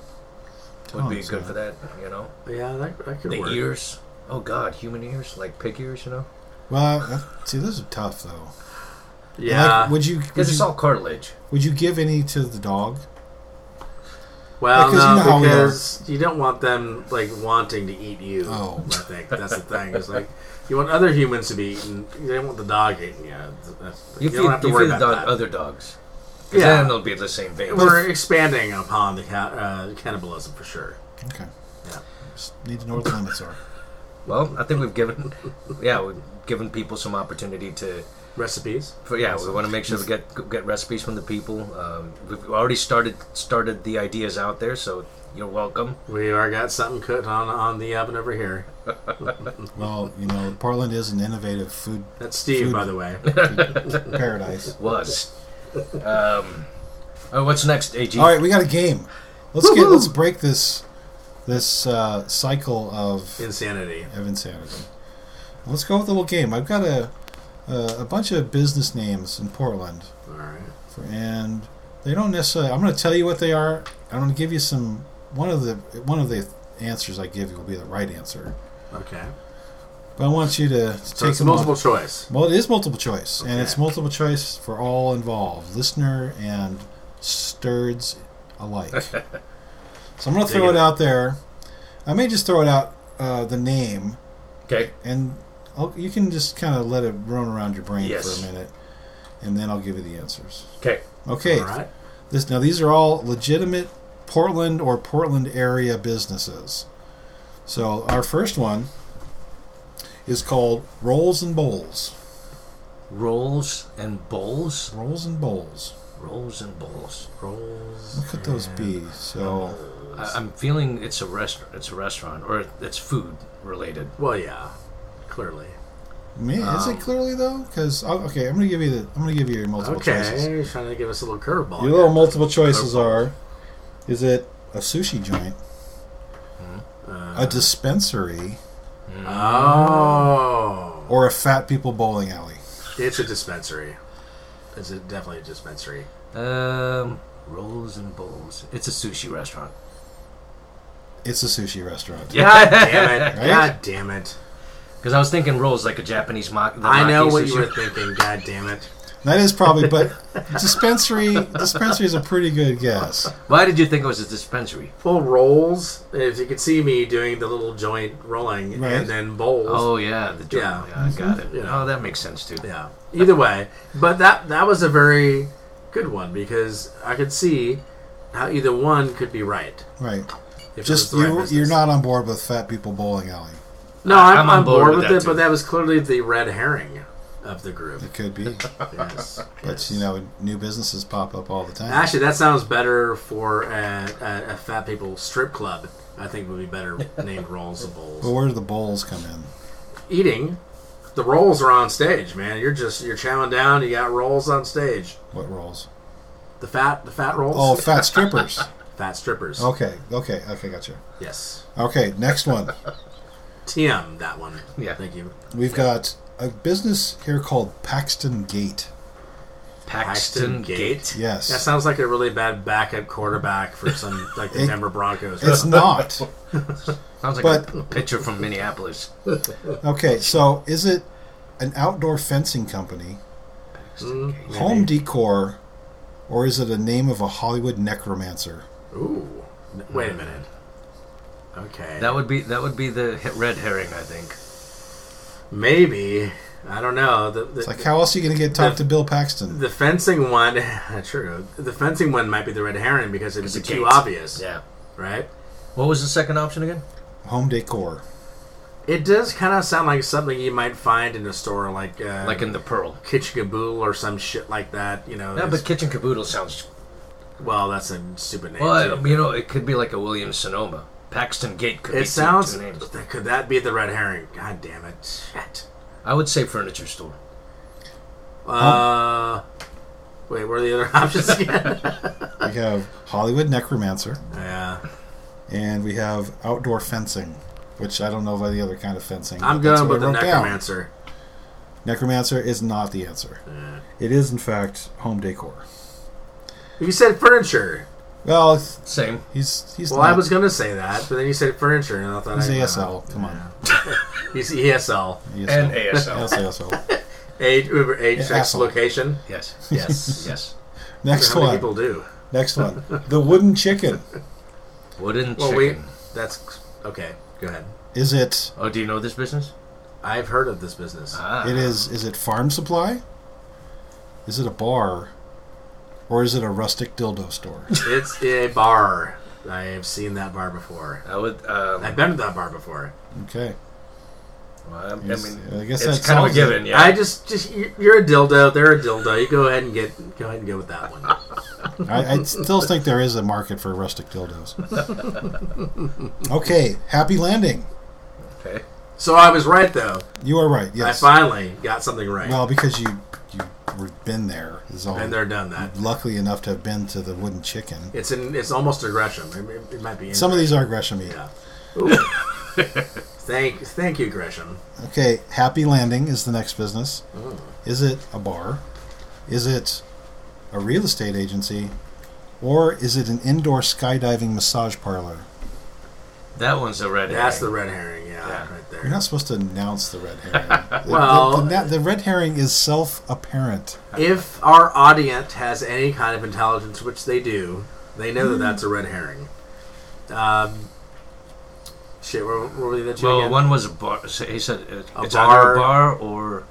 Speaker 4: would be
Speaker 3: Tongues,
Speaker 4: good
Speaker 3: yeah.
Speaker 4: for that. You know,
Speaker 2: Yeah, that, that could
Speaker 4: the
Speaker 2: work.
Speaker 4: ears. Oh God, human ears, like pig ears. You know,
Speaker 3: Well, that- see, those are tough though.
Speaker 2: Yeah.
Speaker 3: Like, would you would
Speaker 4: because it's
Speaker 3: you,
Speaker 4: all cartilage.
Speaker 3: would you give any to the dog?
Speaker 2: well,
Speaker 3: because you know how
Speaker 2: no,
Speaker 3: we are.
Speaker 2: because you don't want them like wanting to eat you.
Speaker 3: Oh.
Speaker 2: I think that's the thing. It's like you want other humans to be eaten. You don't want the dog eating you. That's,
Speaker 4: You,
Speaker 2: you,
Speaker 4: feed,
Speaker 2: don't have to
Speaker 4: you
Speaker 2: worry
Speaker 4: feed
Speaker 2: about
Speaker 4: the dog
Speaker 2: that.
Speaker 4: other dogs. 'Cause
Speaker 2: Yeah.
Speaker 4: then it'll be the same vein.
Speaker 2: We're expanding upon the ca- uh, cannibalism for sure.
Speaker 3: Okay.
Speaker 2: Yeah.
Speaker 3: Just need to know what the limits are.
Speaker 4: Well, I think we've given, yeah, we've given people some opportunity to.
Speaker 2: Recipes.
Speaker 4: For, yeah, we want to make sure we get get recipes from the people. Um, we've already started started the ideas out there, so you're welcome.
Speaker 2: We are got something cooked on on the oven over here.
Speaker 3: Well, you know, Portland is an innovative food
Speaker 2: That's Steve,
Speaker 3: Food.
Speaker 2: by the way.
Speaker 3: paradise.
Speaker 4: Was. Um, oh, what's next, AG?
Speaker 3: All right, we got a game. Let's get let's break this this uh, cycle of
Speaker 2: Insanity.
Speaker 3: of insanity. Let's go with a little game. I've got a a, a bunch of business names in Portland,
Speaker 2: All right.
Speaker 3: for, and they don't necessarily. I'm going to tell you what they are. I'm going to give you some one of the one of the answers I give you will be the right answer,
Speaker 2: Okay.
Speaker 3: but I want you to
Speaker 2: So
Speaker 3: take
Speaker 2: it's
Speaker 3: them
Speaker 2: multiple
Speaker 3: all-
Speaker 2: choice.
Speaker 3: Well, it is multiple choice, and it's
Speaker 2: Okay.
Speaker 3: multiple choice for all involved, listener and sturds alike. so I'm going to throw
Speaker 2: Dig
Speaker 3: it
Speaker 2: it.
Speaker 3: out there. I may just throw it out uh, the name,
Speaker 4: Okay.
Speaker 3: and I'll, you can just kind of let it run around your brain
Speaker 4: Yes.
Speaker 3: for a minute, and then I'll give you the answers.
Speaker 4: Okay.
Speaker 3: Okay.
Speaker 2: All right.
Speaker 3: This now these are all legitimate Portland or Portland area businesses. So our first one is called Rolls and Bowls.
Speaker 4: Rolls and bowls.
Speaker 3: Rolls and Bowls.
Speaker 4: Rolls and bowls.
Speaker 2: Rolls.
Speaker 3: What could those be? So
Speaker 4: I, I'm feeling it's a restaurant. It's a restaurant, or it's food related.
Speaker 2: Well, yeah. Clearly.
Speaker 3: man, is it clearly though? Because okay, I'm gonna give you the I'm gonna give you your multiple
Speaker 2: Okay.
Speaker 3: choices.
Speaker 2: You're trying to give us a little curveball.
Speaker 3: Your little multiple choices are: is it a sushi joint, a dispensary,
Speaker 2: oh.
Speaker 3: or a fat people bowling alley?
Speaker 2: It's a dispensary. It's a, definitely a dispensary.
Speaker 4: Um, rolls and bowls. It's a sushi restaurant.
Speaker 3: It's a sushi restaurant.
Speaker 2: God damn it.
Speaker 3: Right?
Speaker 2: God damn it.
Speaker 4: Because I was thinking rolls like a Japanese mock.
Speaker 2: I know what you were thinking. God damn it.
Speaker 3: That is probably, but dispensary dispensary is a pretty good guess.
Speaker 4: Why did you think it was a dispensary?
Speaker 2: Well, rolls. If you could see me doing the little joint rolling
Speaker 3: Right.
Speaker 2: and then bowls.
Speaker 4: Oh yeah, the joint.
Speaker 2: Yeah. Mm-hmm.
Speaker 4: Yeah, I got it.
Speaker 2: Yeah.
Speaker 4: Oh, that makes sense too.
Speaker 2: Yeah. Either way, but that that was a very good one because I could see how either one could be right.
Speaker 3: Right.
Speaker 2: If it was
Speaker 3: Just
Speaker 2: the right
Speaker 3: you,
Speaker 2: business.
Speaker 3: you're not on board with fat people bowling alley.
Speaker 2: No, I'm,
Speaker 4: I'm
Speaker 2: I'm
Speaker 4: on
Speaker 2: on board, with,
Speaker 4: that
Speaker 2: it,
Speaker 4: too.
Speaker 2: but that was clearly the red herring of the group.
Speaker 3: It could be,
Speaker 2: Yes.
Speaker 3: but you know, new businesses pop up all the time.
Speaker 2: Actually, that sounds better for a, a, a fat people strip club. I think would be better named Rolls and
Speaker 3: But
Speaker 2: Bowls.
Speaker 3: where do the bowls come in?
Speaker 2: Eating, the rolls are on stage, man. You're just you're chowing down. You got rolls on stage.
Speaker 3: What rolls?
Speaker 2: The fat the fat rolls.
Speaker 3: Oh, fat strippers.
Speaker 2: fat strippers.
Speaker 3: Okay, okay, okay, gotcha.
Speaker 2: Yes.
Speaker 3: Okay, next one.
Speaker 2: TM, that one.
Speaker 4: Yeah.
Speaker 2: Thank you.
Speaker 3: We've got a business here called Paxton Gate.
Speaker 4: Paxton Gate.
Speaker 3: Yes.
Speaker 2: That sounds like a really bad backup quarterback for some like the
Speaker 3: It-
Speaker 2: Denver Broncos.
Speaker 3: It's not.
Speaker 4: Sounds like
Speaker 3: But-
Speaker 4: a picture from Minneapolis.
Speaker 3: Okay, so is it an outdoor fencing company,
Speaker 4: Paxton
Speaker 2: Mm-hmm.
Speaker 4: Gate.
Speaker 3: home decor, or is it a name of a Hollywood necromancer?
Speaker 2: Ooh. N- Wait a minute. Okay.
Speaker 4: Mm. That would be that would be the he- red herring, I think.
Speaker 2: Maybe. I don't know. The, the,
Speaker 3: It's like, how else are you going to get talk to Bill Paxton?
Speaker 2: the fencing one, true. The fencing one might be the red herring because it'd be
Speaker 4: It's a
Speaker 2: too
Speaker 4: gate.
Speaker 2: obvious,
Speaker 4: Yeah.
Speaker 2: right?
Speaker 4: What was the second option again?
Speaker 3: Home decor.
Speaker 2: It does kind of sound like something you might find in a store like uh,
Speaker 4: Like in the Pearl.
Speaker 2: Kitchigabool or some shit like that. You know.
Speaker 4: Yeah,
Speaker 2: it's-
Speaker 4: but Kitchen Caboodle sounds.
Speaker 2: well, that's a stupid name. too.
Speaker 4: Well, you know, it could be like a Williams Sonoma. Paxton Gate could be
Speaker 2: It
Speaker 4: two-
Speaker 2: sounds.
Speaker 4: two names.
Speaker 2: Could that be the red herring? God damn it! Shit.
Speaker 4: I would say furniture store.
Speaker 2: Uh, wait, what are the other options again?
Speaker 3: We have Hollywood necromancer,
Speaker 2: yeah,
Speaker 3: and we have outdoor fencing, which I don't know about the other kind of fencing.
Speaker 2: I'm
Speaker 3: but that's
Speaker 2: going
Speaker 3: what
Speaker 2: with
Speaker 3: I
Speaker 2: the
Speaker 3: wrote down.
Speaker 2: necromancer.
Speaker 3: Necromancer is not the answer. It is, in fact, home decor.
Speaker 2: You said furniture.
Speaker 3: Well, it's-
Speaker 4: Same.
Speaker 3: he's he's
Speaker 2: Well,
Speaker 3: not,
Speaker 2: I was going to say that, but then you said furniture, and I thought
Speaker 3: he's E
Speaker 2: I,
Speaker 3: ASL. Come on,
Speaker 2: He's ESL.
Speaker 4: And
Speaker 3: ESL.
Speaker 4: ASL.
Speaker 3: ASL.
Speaker 2: Age, Uber, age,
Speaker 3: Yeah,
Speaker 2: sex,
Speaker 3: asshole.
Speaker 2: location.
Speaker 4: yes.
Speaker 2: Yes.
Speaker 4: Yes.
Speaker 3: Next
Speaker 2: How many
Speaker 3: one.
Speaker 2: people do?
Speaker 3: Next one. The wooden chicken.
Speaker 4: Wooden
Speaker 2: Well, we.
Speaker 4: chicken.
Speaker 2: That's okay. Go ahead.
Speaker 3: Is it?
Speaker 4: Oh, do you know this business?
Speaker 2: I've heard of this business.
Speaker 4: Ah.
Speaker 3: It is. Is it farm supply? Is it a bar? Or is it a rustic dildo store?
Speaker 2: It's a bar. I have seen that bar before.
Speaker 4: I would. Um,
Speaker 2: I've been to that bar before.
Speaker 3: Okay.
Speaker 4: well, I, I
Speaker 3: Yes,
Speaker 4: mean,
Speaker 3: I guess
Speaker 4: it's
Speaker 3: that
Speaker 4: kind of
Speaker 3: solves
Speaker 4: a given. Yeah.
Speaker 2: I just, just you- you're a dildo. They're a dildo. You go ahead and get, go ahead and go with that one.
Speaker 3: I, I still think there is a market for rustic dildos. Okay. Happy landing.
Speaker 4: okay.
Speaker 2: So I was right though.
Speaker 3: You are right. Yes.
Speaker 2: I finally got something right.
Speaker 3: Well, because you you were been there is all.
Speaker 2: and they're done that.
Speaker 3: luckily enough to have been to the wooden chicken.
Speaker 2: It's in. It's almost a Gresham. It, it- it might be. In
Speaker 3: Some of these are Gresham meat.
Speaker 2: Yeah. Ooh. thank, thank you, Gresham.
Speaker 3: Okay, Happy Landing is the next business.
Speaker 2: Mm.
Speaker 3: Is it a bar? Is it a real estate agency? Or is it an indoor skydiving massage parlor?
Speaker 4: That one's a red.
Speaker 2: That's the
Speaker 4: herring.
Speaker 2: red herring. Yeah,
Speaker 4: Yeah.
Speaker 2: right
Speaker 3: You're
Speaker 2: there.
Speaker 3: not supposed to announce the red herring. The- the-
Speaker 2: Well-
Speaker 3: the, na- the red herring is self apparent.
Speaker 2: If our audience has any kind of intelligence, which they do, they know
Speaker 3: Hmm.
Speaker 2: that that's a red herring. Um. Shit, where, where were they that you
Speaker 4: Well,
Speaker 2: again?
Speaker 4: one was a bar. so He said it,
Speaker 2: A
Speaker 4: it's either
Speaker 2: bar.
Speaker 4: a bar or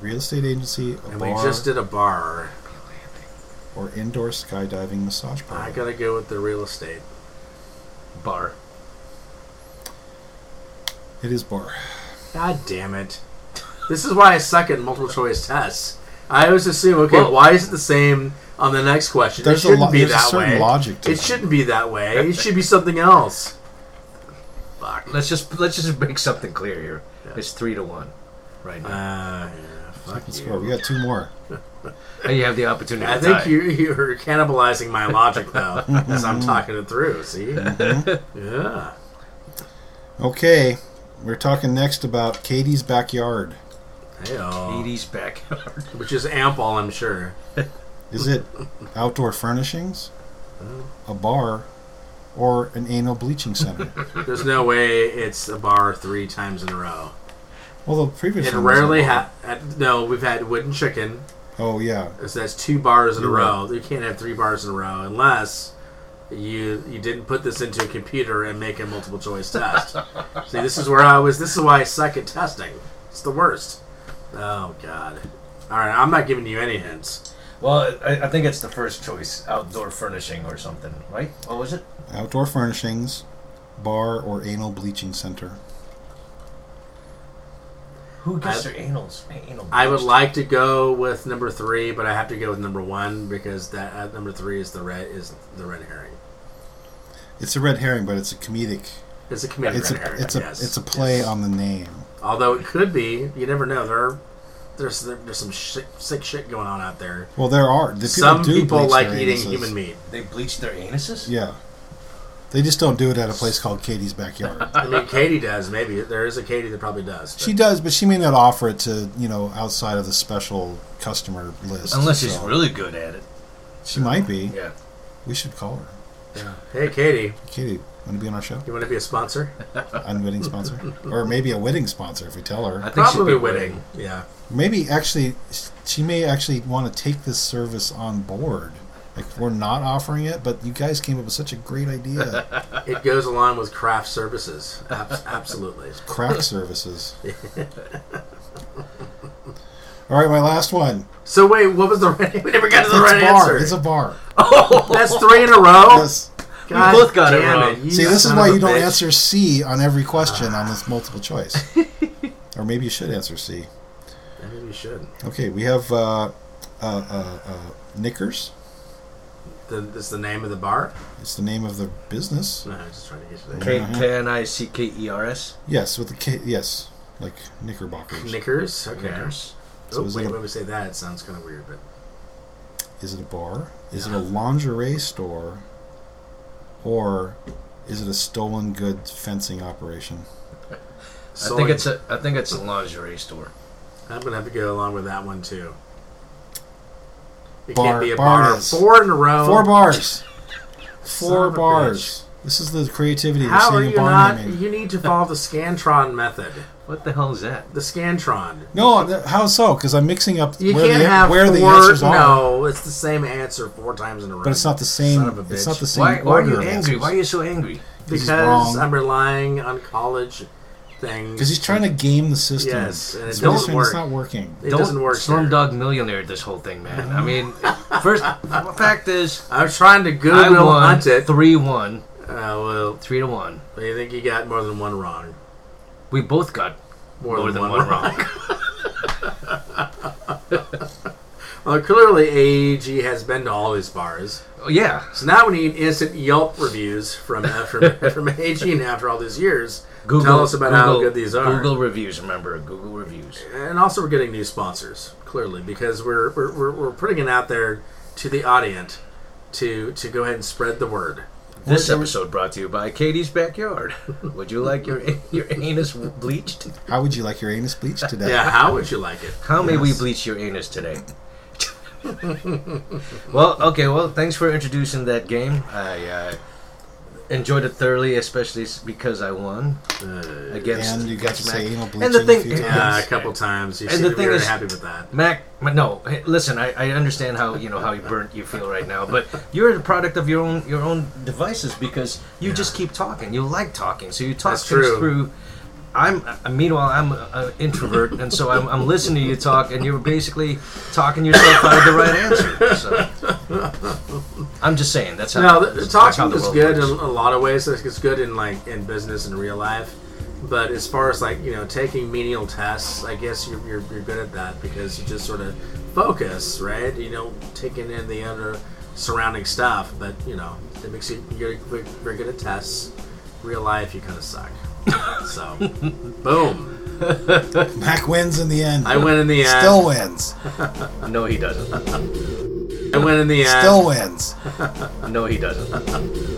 Speaker 3: Real estate agency, a
Speaker 2: And we
Speaker 3: bar,
Speaker 2: just did a bar.
Speaker 3: or indoor skydiving massage parlor.
Speaker 2: I gotta go with the real estate.
Speaker 4: bar.
Speaker 3: It is bar.
Speaker 2: God damn it. This is why I suck at multiple choice tests. I always assume, okay,
Speaker 4: Well-
Speaker 2: why is it the same on the next question?
Speaker 3: There's
Speaker 2: it
Speaker 3: a
Speaker 2: shouldn't
Speaker 3: lo-
Speaker 2: be
Speaker 3: there's a
Speaker 2: that
Speaker 3: certain
Speaker 2: way.
Speaker 3: logic to
Speaker 2: it
Speaker 3: it.
Speaker 2: shouldn't be that way. It should be something else. Fuck.
Speaker 4: Let's just let's just make something clear here. It's three to one, right
Speaker 2: Uh,
Speaker 4: now.
Speaker 2: yeah, fuck
Speaker 3: That's
Speaker 2: you.
Speaker 3: We got two more.
Speaker 4: And Uh, you have the opportunity.
Speaker 2: I
Speaker 4: to
Speaker 2: think
Speaker 4: tie.
Speaker 2: you, you're cannibalizing my logic, though, as I'm talking it through, see?
Speaker 3: Mm-hmm.
Speaker 2: yeah.
Speaker 3: Okay, we're talking next about Katie's backyard.
Speaker 2: Hey,
Speaker 4: 80s back.
Speaker 2: which is ample, I'm sure.
Speaker 3: Is it outdoor furnishings, a bar, or an anal bleaching center?
Speaker 2: There's no way it's a bar three times in a row.
Speaker 3: Well, the previous
Speaker 2: It
Speaker 3: one was a
Speaker 2: rarely
Speaker 3: bar.
Speaker 2: ha uh, No, we've had wooden chicken.
Speaker 3: Oh yeah,
Speaker 2: So that's two bars in a
Speaker 3: You're right.
Speaker 2: row. You can't have three bars in a row unless you you didn't put this into a computer and make a multiple choice test. See, this is where I was. This is why I suck at testing. It's the worst. Oh God. All right, I'm not giving you any hints.
Speaker 4: well, I, I think it's the first choice outdoor furnishing or something, right? What was it?
Speaker 3: outdoor furnishings, bar, or anal bleaching center.
Speaker 4: Who
Speaker 2: I-
Speaker 4: gets their anals? Anal
Speaker 2: I would
Speaker 4: bleached?
Speaker 2: like to go with number three, but I have to go with number one because that uh, number three is the red is the red herring.
Speaker 3: It's a red herring, but it's a comedic.
Speaker 2: It's a committed
Speaker 3: It's
Speaker 2: red
Speaker 3: a
Speaker 2: herring.
Speaker 3: it's a
Speaker 2: yes.
Speaker 3: it's a play on the name.
Speaker 2: Although it could be, you never know. There, are, there's there's some shit, sick shit going on out there.
Speaker 3: Well, there are the people
Speaker 2: some
Speaker 3: do
Speaker 2: people
Speaker 3: bleach
Speaker 2: like
Speaker 3: their
Speaker 2: eating
Speaker 3: anuses.
Speaker 2: human meat.
Speaker 4: They bleached their anuses?
Speaker 3: Yeah, They just don't do it at a place called Katie's Backyard.
Speaker 2: I mean, Katie does. Maybe there is a Katie that probably does. but-
Speaker 3: she does, but she may not offer it to you know outside of the special customer list.
Speaker 4: Unless she's
Speaker 3: so-
Speaker 4: really good at it.
Speaker 3: she might be.
Speaker 4: Yeah.
Speaker 3: We should call her.
Speaker 2: yeah. Hey, Katie,
Speaker 3: Katie, want to be on our show?
Speaker 2: you want to be a sponsor?
Speaker 3: Unwitting sponsor, or maybe a witting sponsor if we tell her.
Speaker 4: I think she'd
Speaker 2: Probably
Speaker 4: be
Speaker 2: winning. Yeah.
Speaker 3: Maybe actually, she may actually want to take this service on board. Like we're not offering it, but you guys came up with such a great idea.
Speaker 2: It goes along with craft services. Ab- absolutely.
Speaker 3: Craft services. All right, my last one.
Speaker 2: So wait, what was the right? We never got to the
Speaker 3: it's
Speaker 2: right
Speaker 3: a bar.
Speaker 2: answer.
Speaker 3: It's a bar. Mm-hmm.
Speaker 2: That's three in a row.
Speaker 3: Yes.
Speaker 2: God
Speaker 4: both got it
Speaker 2: damn
Speaker 4: wrong.
Speaker 2: you
Speaker 3: See, this is
Speaker 2: son
Speaker 3: why
Speaker 2: of a
Speaker 3: you don't
Speaker 2: bitch.
Speaker 3: answer C on every question on this multiple choice. or maybe you should answer C.
Speaker 2: Yeah, Maybe you should.
Speaker 3: Okay, we have uh, uh, uh, uh, Knickers.
Speaker 2: The, this is the name of the bar.
Speaker 3: It's the name of the business.
Speaker 2: No, I'm just trying to get you there.
Speaker 4: K N I C K E R S.
Speaker 3: Yes, with the K. Yes, like Knickerbockers.
Speaker 2: Knickers. Okay.
Speaker 3: So
Speaker 2: Oh,
Speaker 3: is
Speaker 2: wait,
Speaker 3: it a-
Speaker 2: when we say that, it sounds kind of weird, but
Speaker 3: Is it a bar? Is it a lingerie store? Or is it a stolen goods fencing operation?
Speaker 4: I think it's a I think it's a lingerie store.
Speaker 2: I'm gonna have to go along with that one too. It
Speaker 3: Bar-
Speaker 2: can't be a
Speaker 3: bar
Speaker 2: bar.
Speaker 3: is-
Speaker 2: Four in a row.
Speaker 3: Four bars. Four
Speaker 2: Oh. Son of a
Speaker 3: bars. This is the creativity
Speaker 2: How
Speaker 3: we're
Speaker 2: are
Speaker 3: seeing
Speaker 2: you
Speaker 3: a bar
Speaker 2: not?
Speaker 3: naming.
Speaker 2: You need to follow the Scantron method.
Speaker 4: What the hell is that?
Speaker 2: The Scantron.
Speaker 3: No, th- how so? Because I'm mixing up
Speaker 2: You
Speaker 3: where,
Speaker 2: can't
Speaker 3: the,
Speaker 2: have
Speaker 3: where
Speaker 2: four.
Speaker 3: the answers are.
Speaker 2: No, it's the same answer four times in a row.
Speaker 3: But it's not the same.
Speaker 2: Son of a bitch.
Speaker 3: It's not the same
Speaker 4: Why, why are
Speaker 3: order
Speaker 4: you
Speaker 3: of
Speaker 4: angry? Why are you so angry?
Speaker 3: he's
Speaker 2: because
Speaker 3: wrong.
Speaker 2: I'm relying on college things.
Speaker 3: Because he's trying to game the system.
Speaker 2: Yes, and it
Speaker 3: That's what he's
Speaker 2: don't
Speaker 3: saying,
Speaker 2: work.
Speaker 3: It's not working.
Speaker 2: it doesn't work.
Speaker 4: Slum
Speaker 2: sir.
Speaker 4: Dog Millionaire this whole thing, man. I mean, first fact is
Speaker 2: I'm trying to
Speaker 4: I
Speaker 2: Goodwill
Speaker 4: won
Speaker 2: hunt it. Uh,
Speaker 4: three one
Speaker 2: well,
Speaker 4: three to one.
Speaker 2: I think you got more than one wrong.
Speaker 4: We both got
Speaker 2: More,
Speaker 4: more than one wrong.
Speaker 2: Well, clearly AEG has been to all these bars.
Speaker 4: Oh, yeah,
Speaker 2: So now we need instant Yelp reviews from uh, from, from AEG and after all these years.
Speaker 4: Google.
Speaker 2: Tell us about how
Speaker 4: Google-
Speaker 2: good these are.
Speaker 4: Google reviews. Remember Google reviews.
Speaker 2: And also we're getting new sponsors, clearly, because we're we're, we're, we're putting it out there to the audience to to go ahead and spread the word.
Speaker 4: This episode brought to you by Katie's Backyard. Would you like your your anus bleached?
Speaker 3: How would you like your anus bleached today?
Speaker 2: Yeah, how would you like it?
Speaker 4: How may we bleach your anus today? well, okay. Well, thanks for introducing that game. I uh, enjoyed it thoroughly, especially s- because I won uh, against.
Speaker 3: Uh, And you got to
Speaker 4: against
Speaker 3: say
Speaker 4: Mac.
Speaker 3: anal
Speaker 4: And
Speaker 3: bleaching
Speaker 4: the
Speaker 3: a
Speaker 4: thing,
Speaker 3: few times.
Speaker 2: Yeah, a couple times. You
Speaker 4: And
Speaker 2: seem
Speaker 4: the
Speaker 2: to be
Speaker 4: thing
Speaker 2: very
Speaker 4: is-
Speaker 2: happy with that.
Speaker 4: Mac, but no, hey, listen, I, I understand how you know how burnt you feel right now, but you're the product of your own your own devices because you just keep talking. You like talking, so you talk
Speaker 2: That's
Speaker 4: things
Speaker 2: true.
Speaker 4: through. I'm uh, meanwhile I'm an introvert, and so I'm, I'm listening to you talk, and you're basically talking yourself out of the right answer. So I'm just saying that's how.
Speaker 2: No, the, the
Speaker 4: that's how
Speaker 2: talking
Speaker 4: the
Speaker 2: is
Speaker 4: world
Speaker 2: good in
Speaker 4: works.
Speaker 2: a lot of ways. Like, It's good in like in business and real life, but as far as like you know taking menial tasks, I guess you're, you're, you're good at that because you just sort of focus, right? You know, taking in the other surrounding stuff, but you know it makes you you're, you're very good at tests. Real life, you kind of suck. so, boom!
Speaker 3: Mac wins in the end.
Speaker 2: I win in the end.
Speaker 3: Still wins.
Speaker 4: No, he doesn't.
Speaker 2: I win in the end.
Speaker 3: Still wins.
Speaker 4: No, he doesn't.